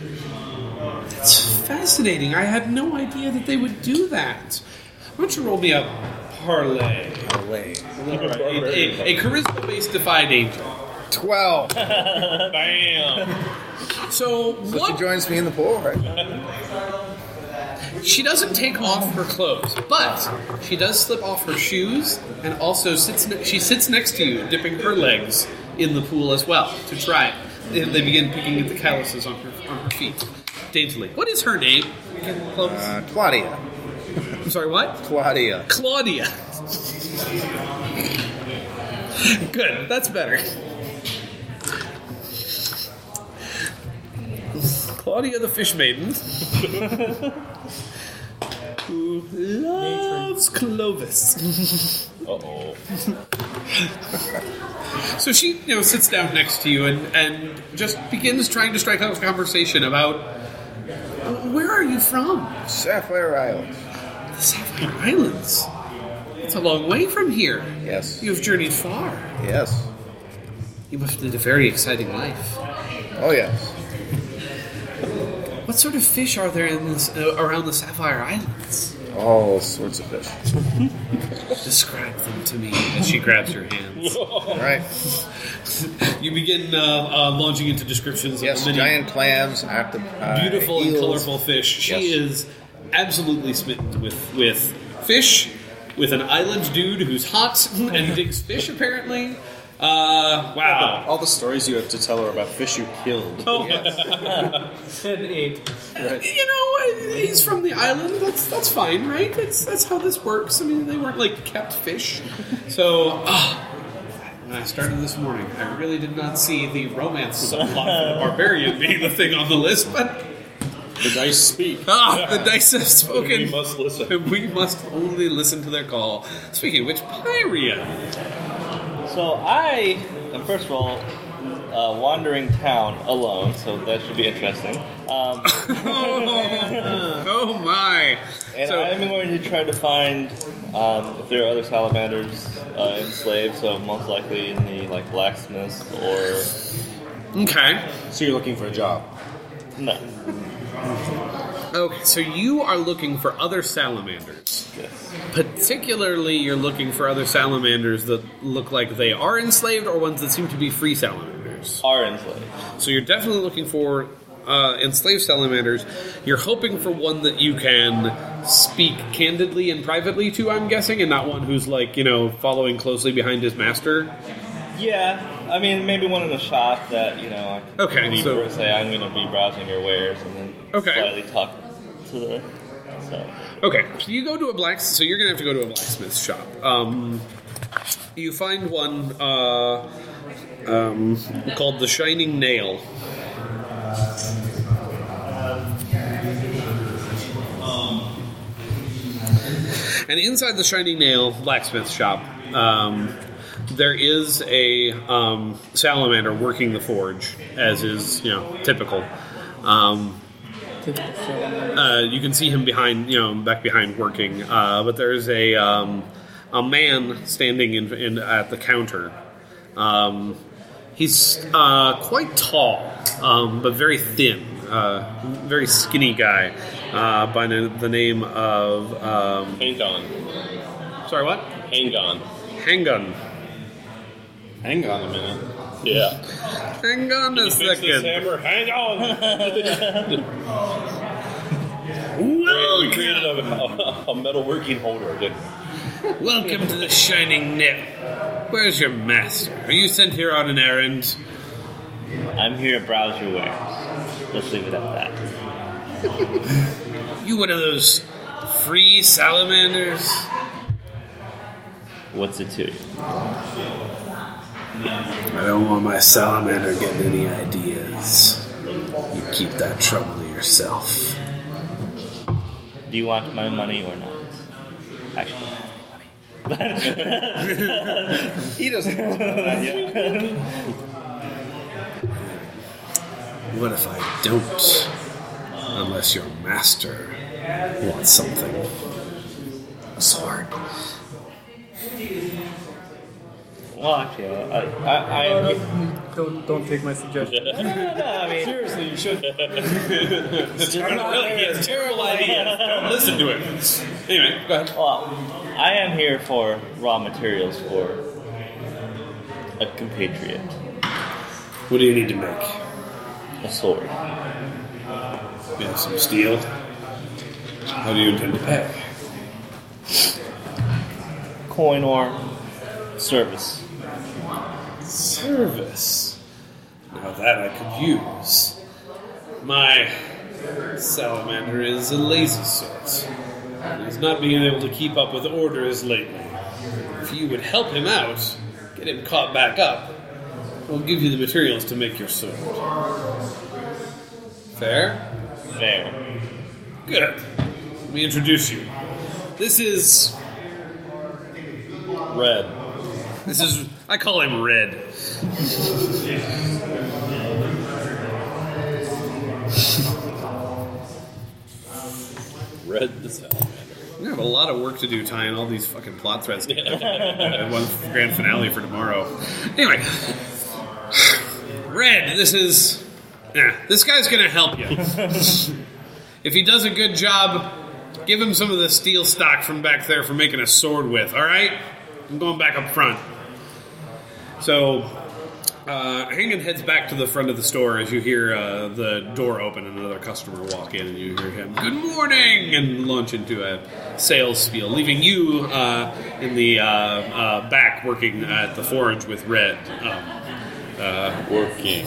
[SPEAKER 3] That's fascinating. I had no idea that they would do that. Why don't you roll me a parlay?
[SPEAKER 8] Away.
[SPEAKER 3] Right, A, a, a charisma based defied angel.
[SPEAKER 8] 12.
[SPEAKER 7] Bam.
[SPEAKER 3] So
[SPEAKER 8] So she
[SPEAKER 3] what?
[SPEAKER 8] joins me in the pool, right?
[SPEAKER 3] She doesn't take off her clothes, but she does slip off her shoes, and also sits. Ne- she sits next to you, dipping her legs in the pool as well to try it. They, they begin picking at the calluses on her on her feet daintily. What is her name? Again, Clovis?
[SPEAKER 8] Uh, Claudia.
[SPEAKER 3] I'm sorry. What?
[SPEAKER 8] Claudia.
[SPEAKER 3] Claudia. Good, that's better. Claudia the Fish Maiden, (laughs) who loves Clovis.
[SPEAKER 7] Uh oh.
[SPEAKER 3] (laughs) So she, you know, sits down next to you and, and just begins trying to strike up a conversation about where are you from?
[SPEAKER 8] Sapphire Island.
[SPEAKER 3] The Sapphire Islands. It's a long way from here.
[SPEAKER 8] Yes.
[SPEAKER 3] You have journeyed far.
[SPEAKER 8] Yes.
[SPEAKER 3] You must have lived a very exciting life.
[SPEAKER 8] Oh yes.
[SPEAKER 3] What sort of fish are there in this, uh, around the Sapphire Islands?
[SPEAKER 8] All sorts of fish.
[SPEAKER 3] Describe them to me as she grabs your hands.
[SPEAKER 8] All right.
[SPEAKER 3] you begin uh, uh, launching into descriptions
[SPEAKER 8] Yes.
[SPEAKER 3] of the many
[SPEAKER 8] Giant clams, octopi,
[SPEAKER 3] beautiful and
[SPEAKER 8] eels.
[SPEAKER 3] colorful fish. She
[SPEAKER 8] Yes.
[SPEAKER 3] is absolutely smitten with with fish, with an island dude who's hot and digs fish apparently. Uh, wow.
[SPEAKER 6] All the stories you have to tell her about fish you killed.
[SPEAKER 3] Oh,
[SPEAKER 5] Ten eight.
[SPEAKER 3] You know, uh, he's from the island. That's that's fine, right? That's that's how this works. I mean, they weren't like kept fish. So, ah, when I started this morning, I really did not see the romance subplot for the barbarian being the thing on the list. But
[SPEAKER 7] The dice speak.
[SPEAKER 3] (laughs) ah, the dice have spoken.
[SPEAKER 7] We must listen.
[SPEAKER 3] And (laughs) we must only listen to their call. Speaking of which, Pyria. (laughs)
[SPEAKER 4] So I am first of all uh, wandering town alone, so that should be interesting. Um, (laughs)
[SPEAKER 3] Oh, oh my.
[SPEAKER 4] and
[SPEAKER 3] So-
[SPEAKER 4] I'm going to try to find um, if there are other salamanders uh, enslaved. So most likely in the like blacksmiths or
[SPEAKER 3] Okay.
[SPEAKER 6] So you're looking for a job.
[SPEAKER 4] no.
[SPEAKER 3] Okay, so you are looking for other salamanders.
[SPEAKER 4] Yes.
[SPEAKER 3] Particularly, you're looking for other salamanders that look like they are enslaved or ones that seem to be free salamanders.
[SPEAKER 4] Are enslaved.
[SPEAKER 3] So you're definitely looking for uh, enslaved salamanders. You're hoping for one that you can speak candidly and privately to, I'm guessing, and not one who's like, you know, following closely behind his master.
[SPEAKER 4] Yeah, I mean maybe one in a shop that you know. I can
[SPEAKER 3] Okay,
[SPEAKER 4] leave
[SPEAKER 3] so-
[SPEAKER 4] her and say I'm going to be browsing your wares and then
[SPEAKER 3] Okay.
[SPEAKER 4] slightly talk to the. So
[SPEAKER 3] Okay, so you go to a black. So you're gonna have to go to a blacksmith shop. Um, you find one uh, um, called the Shining Nail. And inside the Shining Nail blacksmith shop, um, there is a um, salamander working the forge, as is you know typical. Um, uh, you can see him behind, you know, back behind working. Uh, but there's a um, a man standing in, in at the counter. Um, he's uh, quite tall, um, but very thin, uh, very skinny guy uh, by the the name of. Um,
[SPEAKER 7] Hang on.
[SPEAKER 3] sorry, what?
[SPEAKER 7] Hang on.
[SPEAKER 3] Hangun.
[SPEAKER 6] Hang on a minute.
[SPEAKER 7] Yeah.
[SPEAKER 3] Hangun is
[SPEAKER 7] Fix this
[SPEAKER 3] second.
[SPEAKER 7] hammer. Hang on. (laughs) We created
[SPEAKER 3] Welcome,
[SPEAKER 7] a, a, a metalworking holder. That,
[SPEAKER 3] welcome to the Shining Nip. Where's your master? Are you sent here on an errand?
[SPEAKER 4] I'm here to browse your wares. Let's leave it at that.
[SPEAKER 3] You one of those free salamanders?
[SPEAKER 4] What's it to you?
[SPEAKER 1] I don't want my salamander getting any ideas. You keep that trouble to yourself.
[SPEAKER 4] Do you want my money or not? Actually,
[SPEAKER 6] He doesn't.
[SPEAKER 1] What if I don't? Unless your master wants something. A sword.
[SPEAKER 4] well, actually, I, I, I am. Here.
[SPEAKER 5] Don't don't take my suggestion.
[SPEAKER 4] No, I mean,
[SPEAKER 6] Seriously, you should.
[SPEAKER 3] Really, he has terrible ideas.
[SPEAKER 4] (laughs)
[SPEAKER 3] Don't listen to him. Anyway, go ahead.
[SPEAKER 4] well, I am here for raw materials for a compatriot,
[SPEAKER 1] What do you need to make?
[SPEAKER 4] a sword.
[SPEAKER 1] We have some steel. How do you intend to pay?
[SPEAKER 4] coin or service.
[SPEAKER 1] Service. Now that I could use.
[SPEAKER 3] My salamander is a lazy sort. He's not being able to keep up with orders lately. If you would help him out, get him caught back up, we'll give you the materials to make your sword. Fair?
[SPEAKER 4] Fair.
[SPEAKER 3] Good. Let me introduce you. This is
[SPEAKER 7] red.
[SPEAKER 3] This is I call him Red.
[SPEAKER 7] Red this hell.
[SPEAKER 3] We have a lot of work to do tying all these fucking plot threads together. And one grand finale for tomorrow. Anyway, Red, this is. Yeah, this guy's gonna help you. if he does a good job, give him some of the steel stock from back there for making a sword with, alright? I'm going back up front. So, uh, Hangan heads back to the front of the store as you hear uh, the door open and another customer walk in, and you hear him, Good morning! and launch into a sales spiel, leaving you uh, in the uh, uh, back working at the forge with Red. Um,
[SPEAKER 7] Working.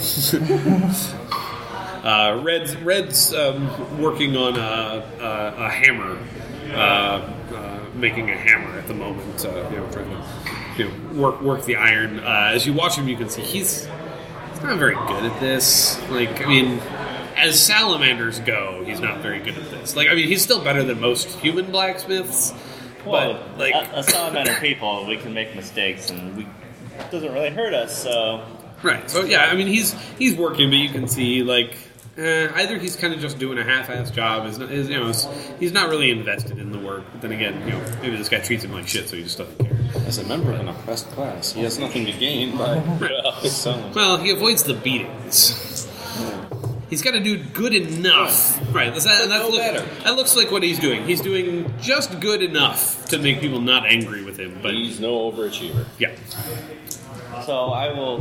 [SPEAKER 3] uh, Red's, Red's um, working on a, a, a hammer, uh, uh, making a hammer at the moment. Uh, you know, trying to you know, work work the iron. Uh, as you watch him, you can see he's he's not very good at this. Like, I mean, as salamanders go, he's not very good at this. Like, I mean, he's still better than most human blacksmiths.
[SPEAKER 4] Well,
[SPEAKER 3] but like,
[SPEAKER 4] a, a solid amount of people, we can make mistakes, and we it doesn't really hurt us. So
[SPEAKER 3] Right. So yeah, I mean he's he's working, but you can see like eh, either he's kind of just doing a half-assed job. Is, is you know is, he's not really invested in the work. But then again, you know maybe this guy treats him like shit, so he just doesn't care.
[SPEAKER 7] As a member of an oppressed class, he has nothing to gain by selling.
[SPEAKER 3] Well, he avoids the beatings. He's got to do good enough, right? That's, that, that's
[SPEAKER 7] no
[SPEAKER 3] look-
[SPEAKER 7] better.
[SPEAKER 3] that looks like what he's doing. He's doing just good enough to make people not angry with him. But
[SPEAKER 7] He's no overachiever.
[SPEAKER 3] yeah,
[SPEAKER 4] So I will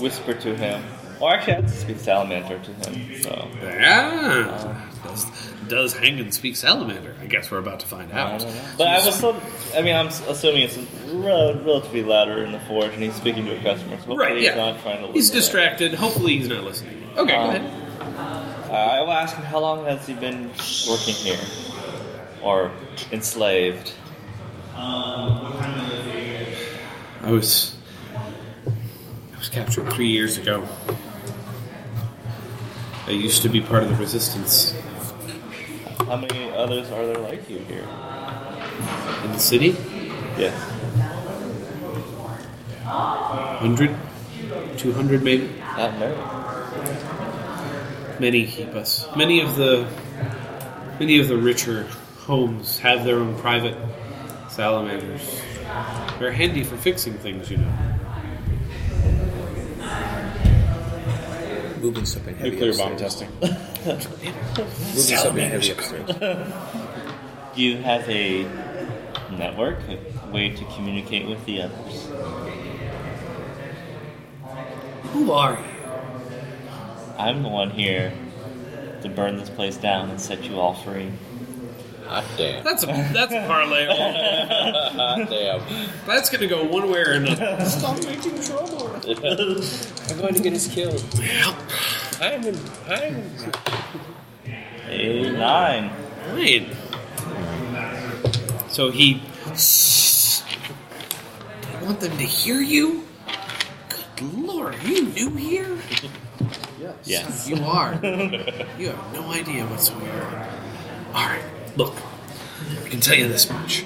[SPEAKER 4] whisper to him. Or actually, I have to speak salamander to him. So
[SPEAKER 3] yeah. Does, does Hangan speak salamander? I guess we're about to find
[SPEAKER 4] I
[SPEAKER 3] out.
[SPEAKER 4] don't know. But I was still. I mean, I'm s- assuming it's rel- relatively louder in the forge, and he's speaking to a customer. So hopefully
[SPEAKER 3] Right,
[SPEAKER 4] he's
[SPEAKER 3] yeah.
[SPEAKER 4] not trying to.
[SPEAKER 3] He's
[SPEAKER 4] listen.
[SPEAKER 3] distracted. Hopefully, he's not listening. Okay, go
[SPEAKER 4] Um,
[SPEAKER 3] ahead.
[SPEAKER 4] Uh, I will ask him how long has he been working here, or enslaved.
[SPEAKER 3] I was I was captured three years ago. I used to be part of the resistance
[SPEAKER 4] How many others are there like you here?
[SPEAKER 3] in the city.
[SPEAKER 4] Yes.
[SPEAKER 3] 100, 200 maybe.
[SPEAKER 4] Not many.
[SPEAKER 3] Many keep us. Many of the many of the richer homes have their own private salamanders. They're handy for fixing things, you know.
[SPEAKER 8] Moving something heavy.
[SPEAKER 7] Nuclear bomb
[SPEAKER 8] upstairs.
[SPEAKER 7] testing.
[SPEAKER 8] Moving something heavy upstairs.
[SPEAKER 4] Do you have a network, a way to communicate with the others?
[SPEAKER 3] Who are you?
[SPEAKER 4] I'm the one here to burn this place down and set you all free.
[SPEAKER 7] Hot Ah,
[SPEAKER 4] (laughs)
[SPEAKER 7] damn.
[SPEAKER 3] That's a that's a parlay.
[SPEAKER 7] Hot damn.
[SPEAKER 3] that's gonna go one way or another.
[SPEAKER 7] I'm going to get us killed. I'm in. I'm in.
[SPEAKER 4] A nine.
[SPEAKER 3] Right. So he. I want them to hear you. Good lord, are you new here?
[SPEAKER 4] Yes.
[SPEAKER 3] You are. you have no idea what's going on. All right, look. I can tell you this much.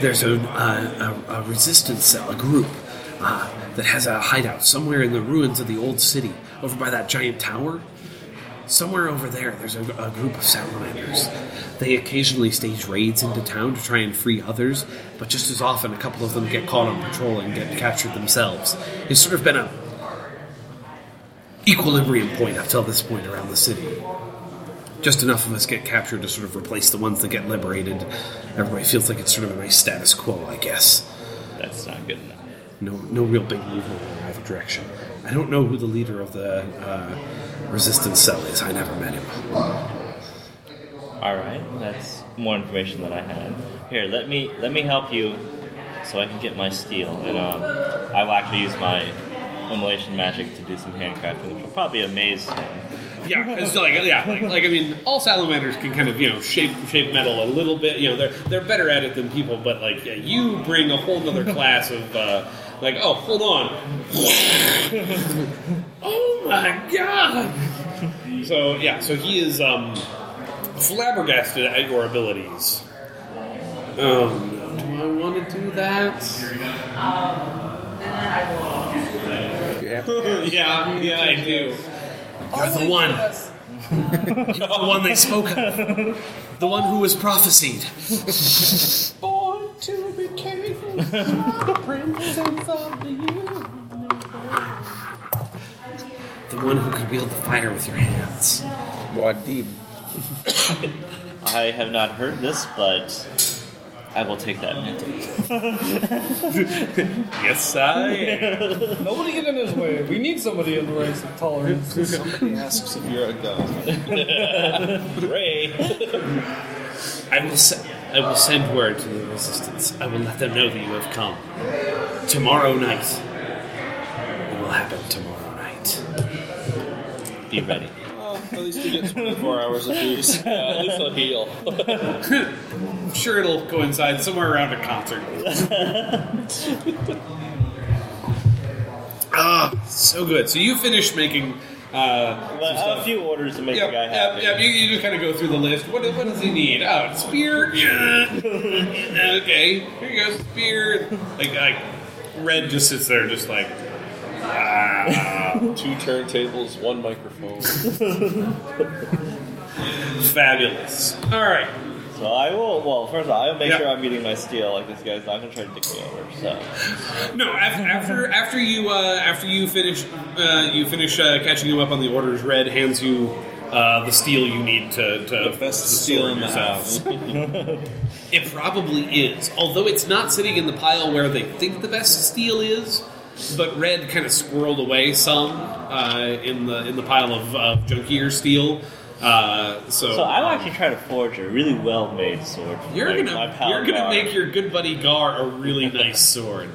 [SPEAKER 3] There's a, uh, a, a resistance cell, a group, uh, that has a hideout somewhere in the ruins of the old city, over by that giant tower. Somewhere over there, there's a, a group of salamanders. They occasionally stage raids into town to try and free others, but just as often, a couple of them get caught on patrol and get captured themselves. It's sort of been a equilibrium point up till this point around the city. Just enough of us get captured to sort of replace the ones that get liberated. Everybody feels like it's sort of a nice status quo, I guess.
[SPEAKER 4] That's not good enough.
[SPEAKER 3] No, no real big movement in either direction. I don't know who the leader of the uh, resistance cell is. I never met him.
[SPEAKER 4] All right, that's more information than I had. Here, let me let me help you, so I can get my steel, and um, I will actually use my immolation magic to do some handcrafting, which will probably amaze him.
[SPEAKER 3] Yeah, it's like yeah, like, like I mean, all salamanders can kind of you know shape shape metal a little bit. You know, they're they're better at it than people, but like yeah, you bring a whole other class of uh, like oh, hold on, (laughs) oh my god. So yeah, so he is um, flabbergasted at your abilities. Um, do I want to do that. (laughs) yeah, yeah, I do. You're the one. You're (laughs) the one they spoke of. The one who was prophesied.
[SPEAKER 6] Born to be careful, princess of the universe.
[SPEAKER 3] The one who could wield the fire with your hands.
[SPEAKER 8] Wadib.
[SPEAKER 4] I have not heard this, but I will take that mentor.
[SPEAKER 3] Yes, I.
[SPEAKER 5] Nobody get in his way. We need somebody in the ranks of tolerance.
[SPEAKER 7] Asks if you're a god. (laughs)
[SPEAKER 4] Ray.
[SPEAKER 3] I will send. I will send word to the resistance. I will let them know that you have come. Tomorrow night. It will happen tomorrow night.
[SPEAKER 4] Be ready.
[SPEAKER 7] At least he gets 24 hours of
[SPEAKER 4] (laughs)
[SPEAKER 7] booze. Yeah, at least he'll heal.
[SPEAKER 3] I'm sure it'll coincide somewhere around a
[SPEAKER 4] (laughs)
[SPEAKER 3] concert. Ah, so good. So you finish making. Uh,
[SPEAKER 4] Well, a few orders to make
[SPEAKER 3] yep,
[SPEAKER 4] the guy
[SPEAKER 3] yep,
[SPEAKER 4] happy.
[SPEAKER 3] yep. You, you just kind of go through the list. What, what does he need? Oh, it's beer. Yeah. (laughs) okay, here you go, spear. Like, like, Red just sits there, just like,
[SPEAKER 7] Two turntables, one microphone.
[SPEAKER 3] fabulous. All right.
[SPEAKER 4] So I will. Well, first of all, I will make
[SPEAKER 3] Yeah.
[SPEAKER 4] sure I'm getting my steal. Like this guy's not gonna try to dick me over. So
[SPEAKER 3] No, af- after after you uh, after you finish uh, you finish uh, catching him up on the orders, Red hands you uh, the steel you need to, to the
[SPEAKER 7] best steel in the house.
[SPEAKER 3] (laughs) it probably is, although it's not sitting in the pile where they think the best steel is. But Red kind of squirreled away some uh, in the in the pile of uh, junkier steel. Uh, so,
[SPEAKER 4] So I will actually try to forge a really well-made sword. for
[SPEAKER 3] You're
[SPEAKER 4] my- my
[SPEAKER 3] gonna
[SPEAKER 4] pal
[SPEAKER 3] you're gonna
[SPEAKER 4] Gar.
[SPEAKER 3] make your good buddy Gar a
[SPEAKER 4] (laughs)
[SPEAKER 3] really nice sword.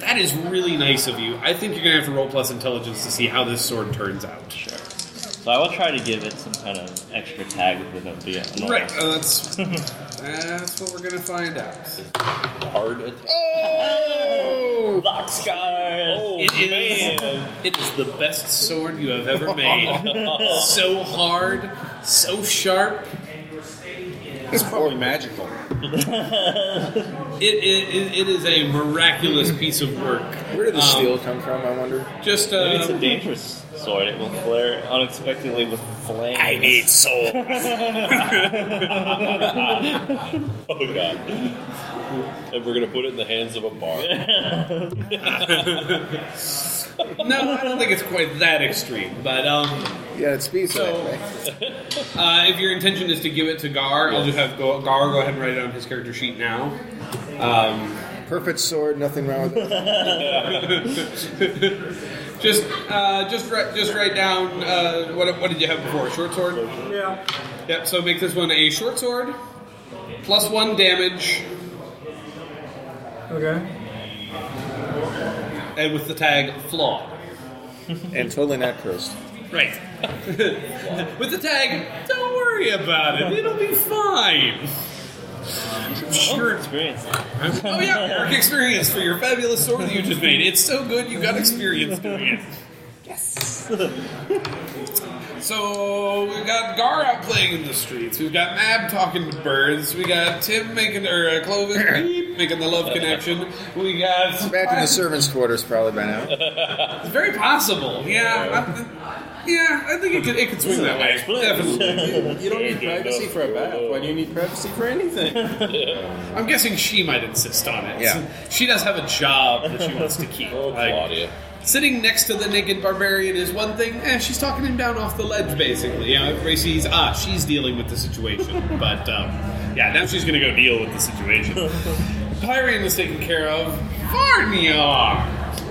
[SPEAKER 3] That is really nice of you. I think you're gonna have to roll plus intelligence to see how this sword turns out. Sure.
[SPEAKER 4] So I will try to give it some kind of extra tag with it beyond. normal.
[SPEAKER 3] Right. Uh, that's that's what we're gonna find out.
[SPEAKER 7] Hard attack.
[SPEAKER 4] Box guard.
[SPEAKER 3] It is. It is the best sword you have ever
[SPEAKER 4] (laughs)
[SPEAKER 3] made. so hard, so sharp.
[SPEAKER 6] It's probably magical.
[SPEAKER 3] It, it, it, it is a miraculous piece of work.
[SPEAKER 8] Where did the
[SPEAKER 3] Um,
[SPEAKER 8] steel come from, I wonder?
[SPEAKER 3] Just
[SPEAKER 4] Maybe it's a
[SPEAKER 3] uh,
[SPEAKER 4] dangerous sword. It will flare unexpectedly with flame. I need
[SPEAKER 7] Oh god. And we're gonna put it in the hands of a bar.
[SPEAKER 3] no, I don't think it's quite that extreme, but um.
[SPEAKER 8] Yeah, it speaks
[SPEAKER 3] So-
[SPEAKER 8] that way.
[SPEAKER 3] Uh, if your intention is to give it to Gar, I'll just have Go- Gar go ahead and write it on his character sheet now.
[SPEAKER 8] Perfect sword, nothing wrong with it.
[SPEAKER 3] Just, uh, just, write, just write down uh, what, what did you have before? Short sword.
[SPEAKER 5] yeah.
[SPEAKER 3] Yep. So make this one a short sword, plus one damage,
[SPEAKER 5] Okay.
[SPEAKER 3] and with the tag flawed.
[SPEAKER 8] and totally not cursed.
[SPEAKER 3] Right. (laughs) with the tag, don't worry about it. It'll be fine. Sure.
[SPEAKER 4] experience.
[SPEAKER 3] (laughs) Oh yeah, work experience for your fabulous sword that you just made. It's so good you got experience doing it. Yes. (laughs) so we've got Gar out playing in the streets. We've got Mab talking to birds. We got Tim making or uh, Clovis beep, making the love connection. We got
[SPEAKER 8] Back in the servants' quarters, probably by now.
[SPEAKER 3] It's very possible. Yeah. I, yeah, I think it could it could swing that way. Definitely.
[SPEAKER 6] You don't need privacy for a bath. Why do you need privacy for anything?
[SPEAKER 3] I'm guessing she might insist on it.
[SPEAKER 8] Yeah.
[SPEAKER 3] She does have a job that she wants to keep.
[SPEAKER 7] Oh,
[SPEAKER 3] Like,
[SPEAKER 7] Claudia.
[SPEAKER 3] Sitting next to the naked barbarian is one thing, and she's talking him down off the ledge, basically. You know, everybody sees, ah, she's dealing with the situation. but, um, yeah, now she's gonna go deal with the situation. Pyrian is taken care of. Varniar!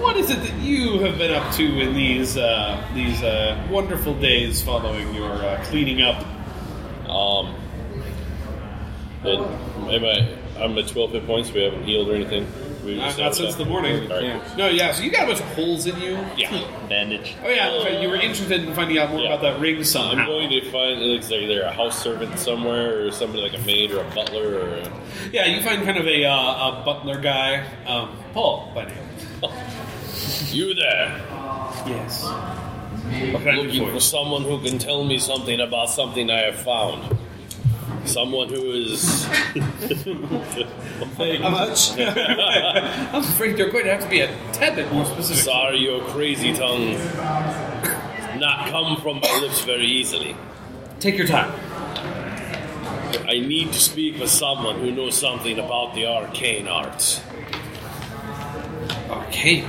[SPEAKER 3] What is it that you have been up to in these, uh, these, uh, wonderful days following your, uh, cleaning up?
[SPEAKER 7] Um. And am I? I'm at 12 hit points. We haven't healed or anything. We
[SPEAKER 3] Not,
[SPEAKER 7] just
[SPEAKER 3] not since the morning.
[SPEAKER 7] All right.
[SPEAKER 3] No, yeah, so you got a bunch of holes in you.
[SPEAKER 7] Yeah.
[SPEAKER 4] Bandage.
[SPEAKER 3] Oh yeah, that's right. you were interested in finding out more
[SPEAKER 7] Yeah.
[SPEAKER 3] about that ring song.
[SPEAKER 7] I'm going to find it looks like either a house servant somewhere or somebody like a maid or a butler or a,
[SPEAKER 3] Yeah, you find kind of a, uh, a butler guy, um, Paul by name.
[SPEAKER 7] you there
[SPEAKER 3] Yes.
[SPEAKER 7] looking for someone who can tell me something about something I have found. Someone who
[SPEAKER 3] (laughs)
[SPEAKER 7] is.
[SPEAKER 3] How much? (laughs) I'm afraid you're going to have to be a tad bit more specific.
[SPEAKER 7] Sorry, your crazy tongue not come from my lips very easily.
[SPEAKER 3] Take your time.
[SPEAKER 7] I need to speak with someone who knows something about the arcane arts.
[SPEAKER 3] Okay.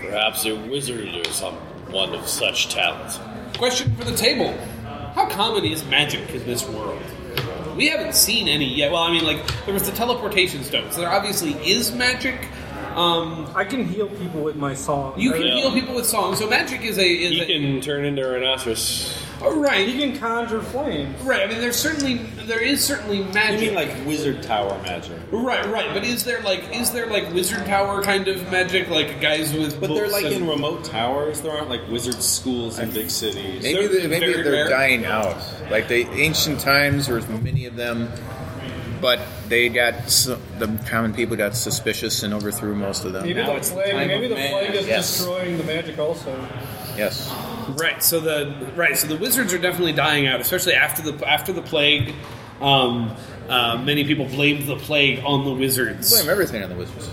[SPEAKER 7] Perhaps a wizard or someone of such talent.
[SPEAKER 3] Question for the table: How common is magic in this world? We haven't seen any yet. Well, I mean, like there was the teleportation stone, so there obviously is magic. Um,
[SPEAKER 5] I can heal people with my song.
[SPEAKER 3] you can
[SPEAKER 5] I-
[SPEAKER 7] Yeah.
[SPEAKER 3] heal people with songs, so magic is a is
[SPEAKER 7] He
[SPEAKER 3] a,
[SPEAKER 7] can turn into a rhinoceros.
[SPEAKER 3] Oh, right.
[SPEAKER 5] You can conjure flames.
[SPEAKER 3] Right, I mean, there's certainly there is certainly
[SPEAKER 9] You
[SPEAKER 3] magic.
[SPEAKER 9] mean like wizard tower magic?
[SPEAKER 3] right, right, but is there like is there like wizard tower kind of magic, like guys with
[SPEAKER 9] But they're
[SPEAKER 3] books
[SPEAKER 9] like
[SPEAKER 3] and-
[SPEAKER 9] in remote towers. There aren't like wizard schools in big cities.
[SPEAKER 3] They're
[SPEAKER 8] Maybe they're, maybe
[SPEAKER 3] very
[SPEAKER 8] they're
[SPEAKER 3] rare.
[SPEAKER 8] dying out. Like they ancient times, there was many of them, but they got s the common people got suspicious and overthrew most of them.
[SPEAKER 5] Maybe
[SPEAKER 9] Now
[SPEAKER 5] the
[SPEAKER 9] it's the
[SPEAKER 5] plague.
[SPEAKER 9] time
[SPEAKER 5] maybe
[SPEAKER 9] of
[SPEAKER 5] the
[SPEAKER 9] man.
[SPEAKER 5] plague is
[SPEAKER 8] Yes.
[SPEAKER 5] destroying the magic also.
[SPEAKER 8] Yes,
[SPEAKER 3] Right. So the right. So the wizards are definitely dying out, especially after the after the plague. Um, uh, many people blamed the plague on the wizards.
[SPEAKER 8] blame everything on the wizards.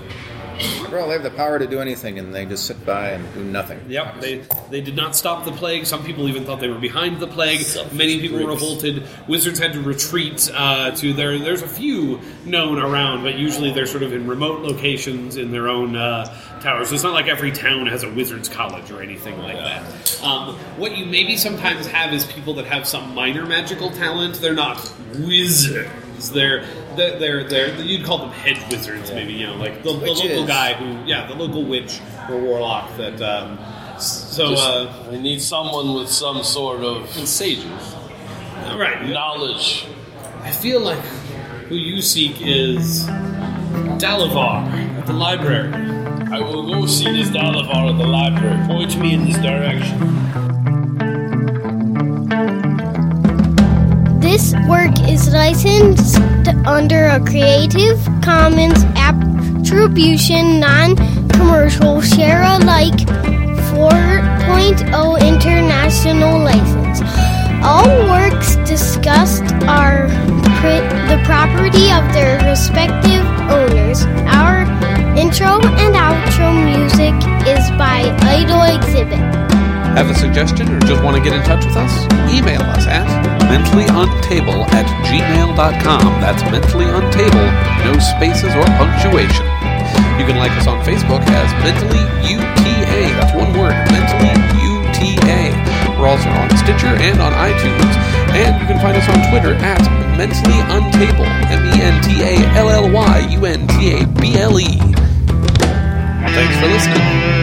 [SPEAKER 8] Well, they have the power to do anything, and they just sit by and do nothing.
[SPEAKER 3] Yep, they they did not stop the plague. Some people even thought they were behind the plague.
[SPEAKER 7] Selfish
[SPEAKER 3] Many people
[SPEAKER 7] pricks.
[SPEAKER 3] revolted. Wizards had to retreat uh, to their. There's a few known around, but usually they're sort of in remote locations in their own uh, towers. So it's not like every town has a wizards college or anything like that. Um, what you maybe sometimes have is people that have some minor magical talent. They're not wizards. They're they're they're, they're you'd call them head wizards, maybe you know, like the, the
[SPEAKER 8] Which
[SPEAKER 3] local
[SPEAKER 8] is-
[SPEAKER 3] guy who, yeah, the local witch or warlock that. Um, so, uh,
[SPEAKER 7] I need someone with some sort of
[SPEAKER 9] And sages.
[SPEAKER 3] right.
[SPEAKER 7] knowledge.
[SPEAKER 3] I feel like who you seek is Dalavar at the library.
[SPEAKER 7] I will go see this Dalavar at the library. Point me in this direction.
[SPEAKER 2] This work is licensed under a Creative Commons Attribution Non Commercial Share Alike 4.0 International License. All works discussed are pri- the property of their respective owners. Our intro and outro music is by Idol Exhibit.
[SPEAKER 1] Have a suggestion or just want to get in touch with us? Email us at mentallyuntable at gmail.com. That's mentallyuntable, no spaces or punctuation. You can like us on Facebook as Mentally UTA. That's one word, Mentally UTA. We're also on Stitcher and on iTunes. And you can find us on Twitter at Mentally Untable, M E N T A L L Y U N T A B L E. Thanks for listening.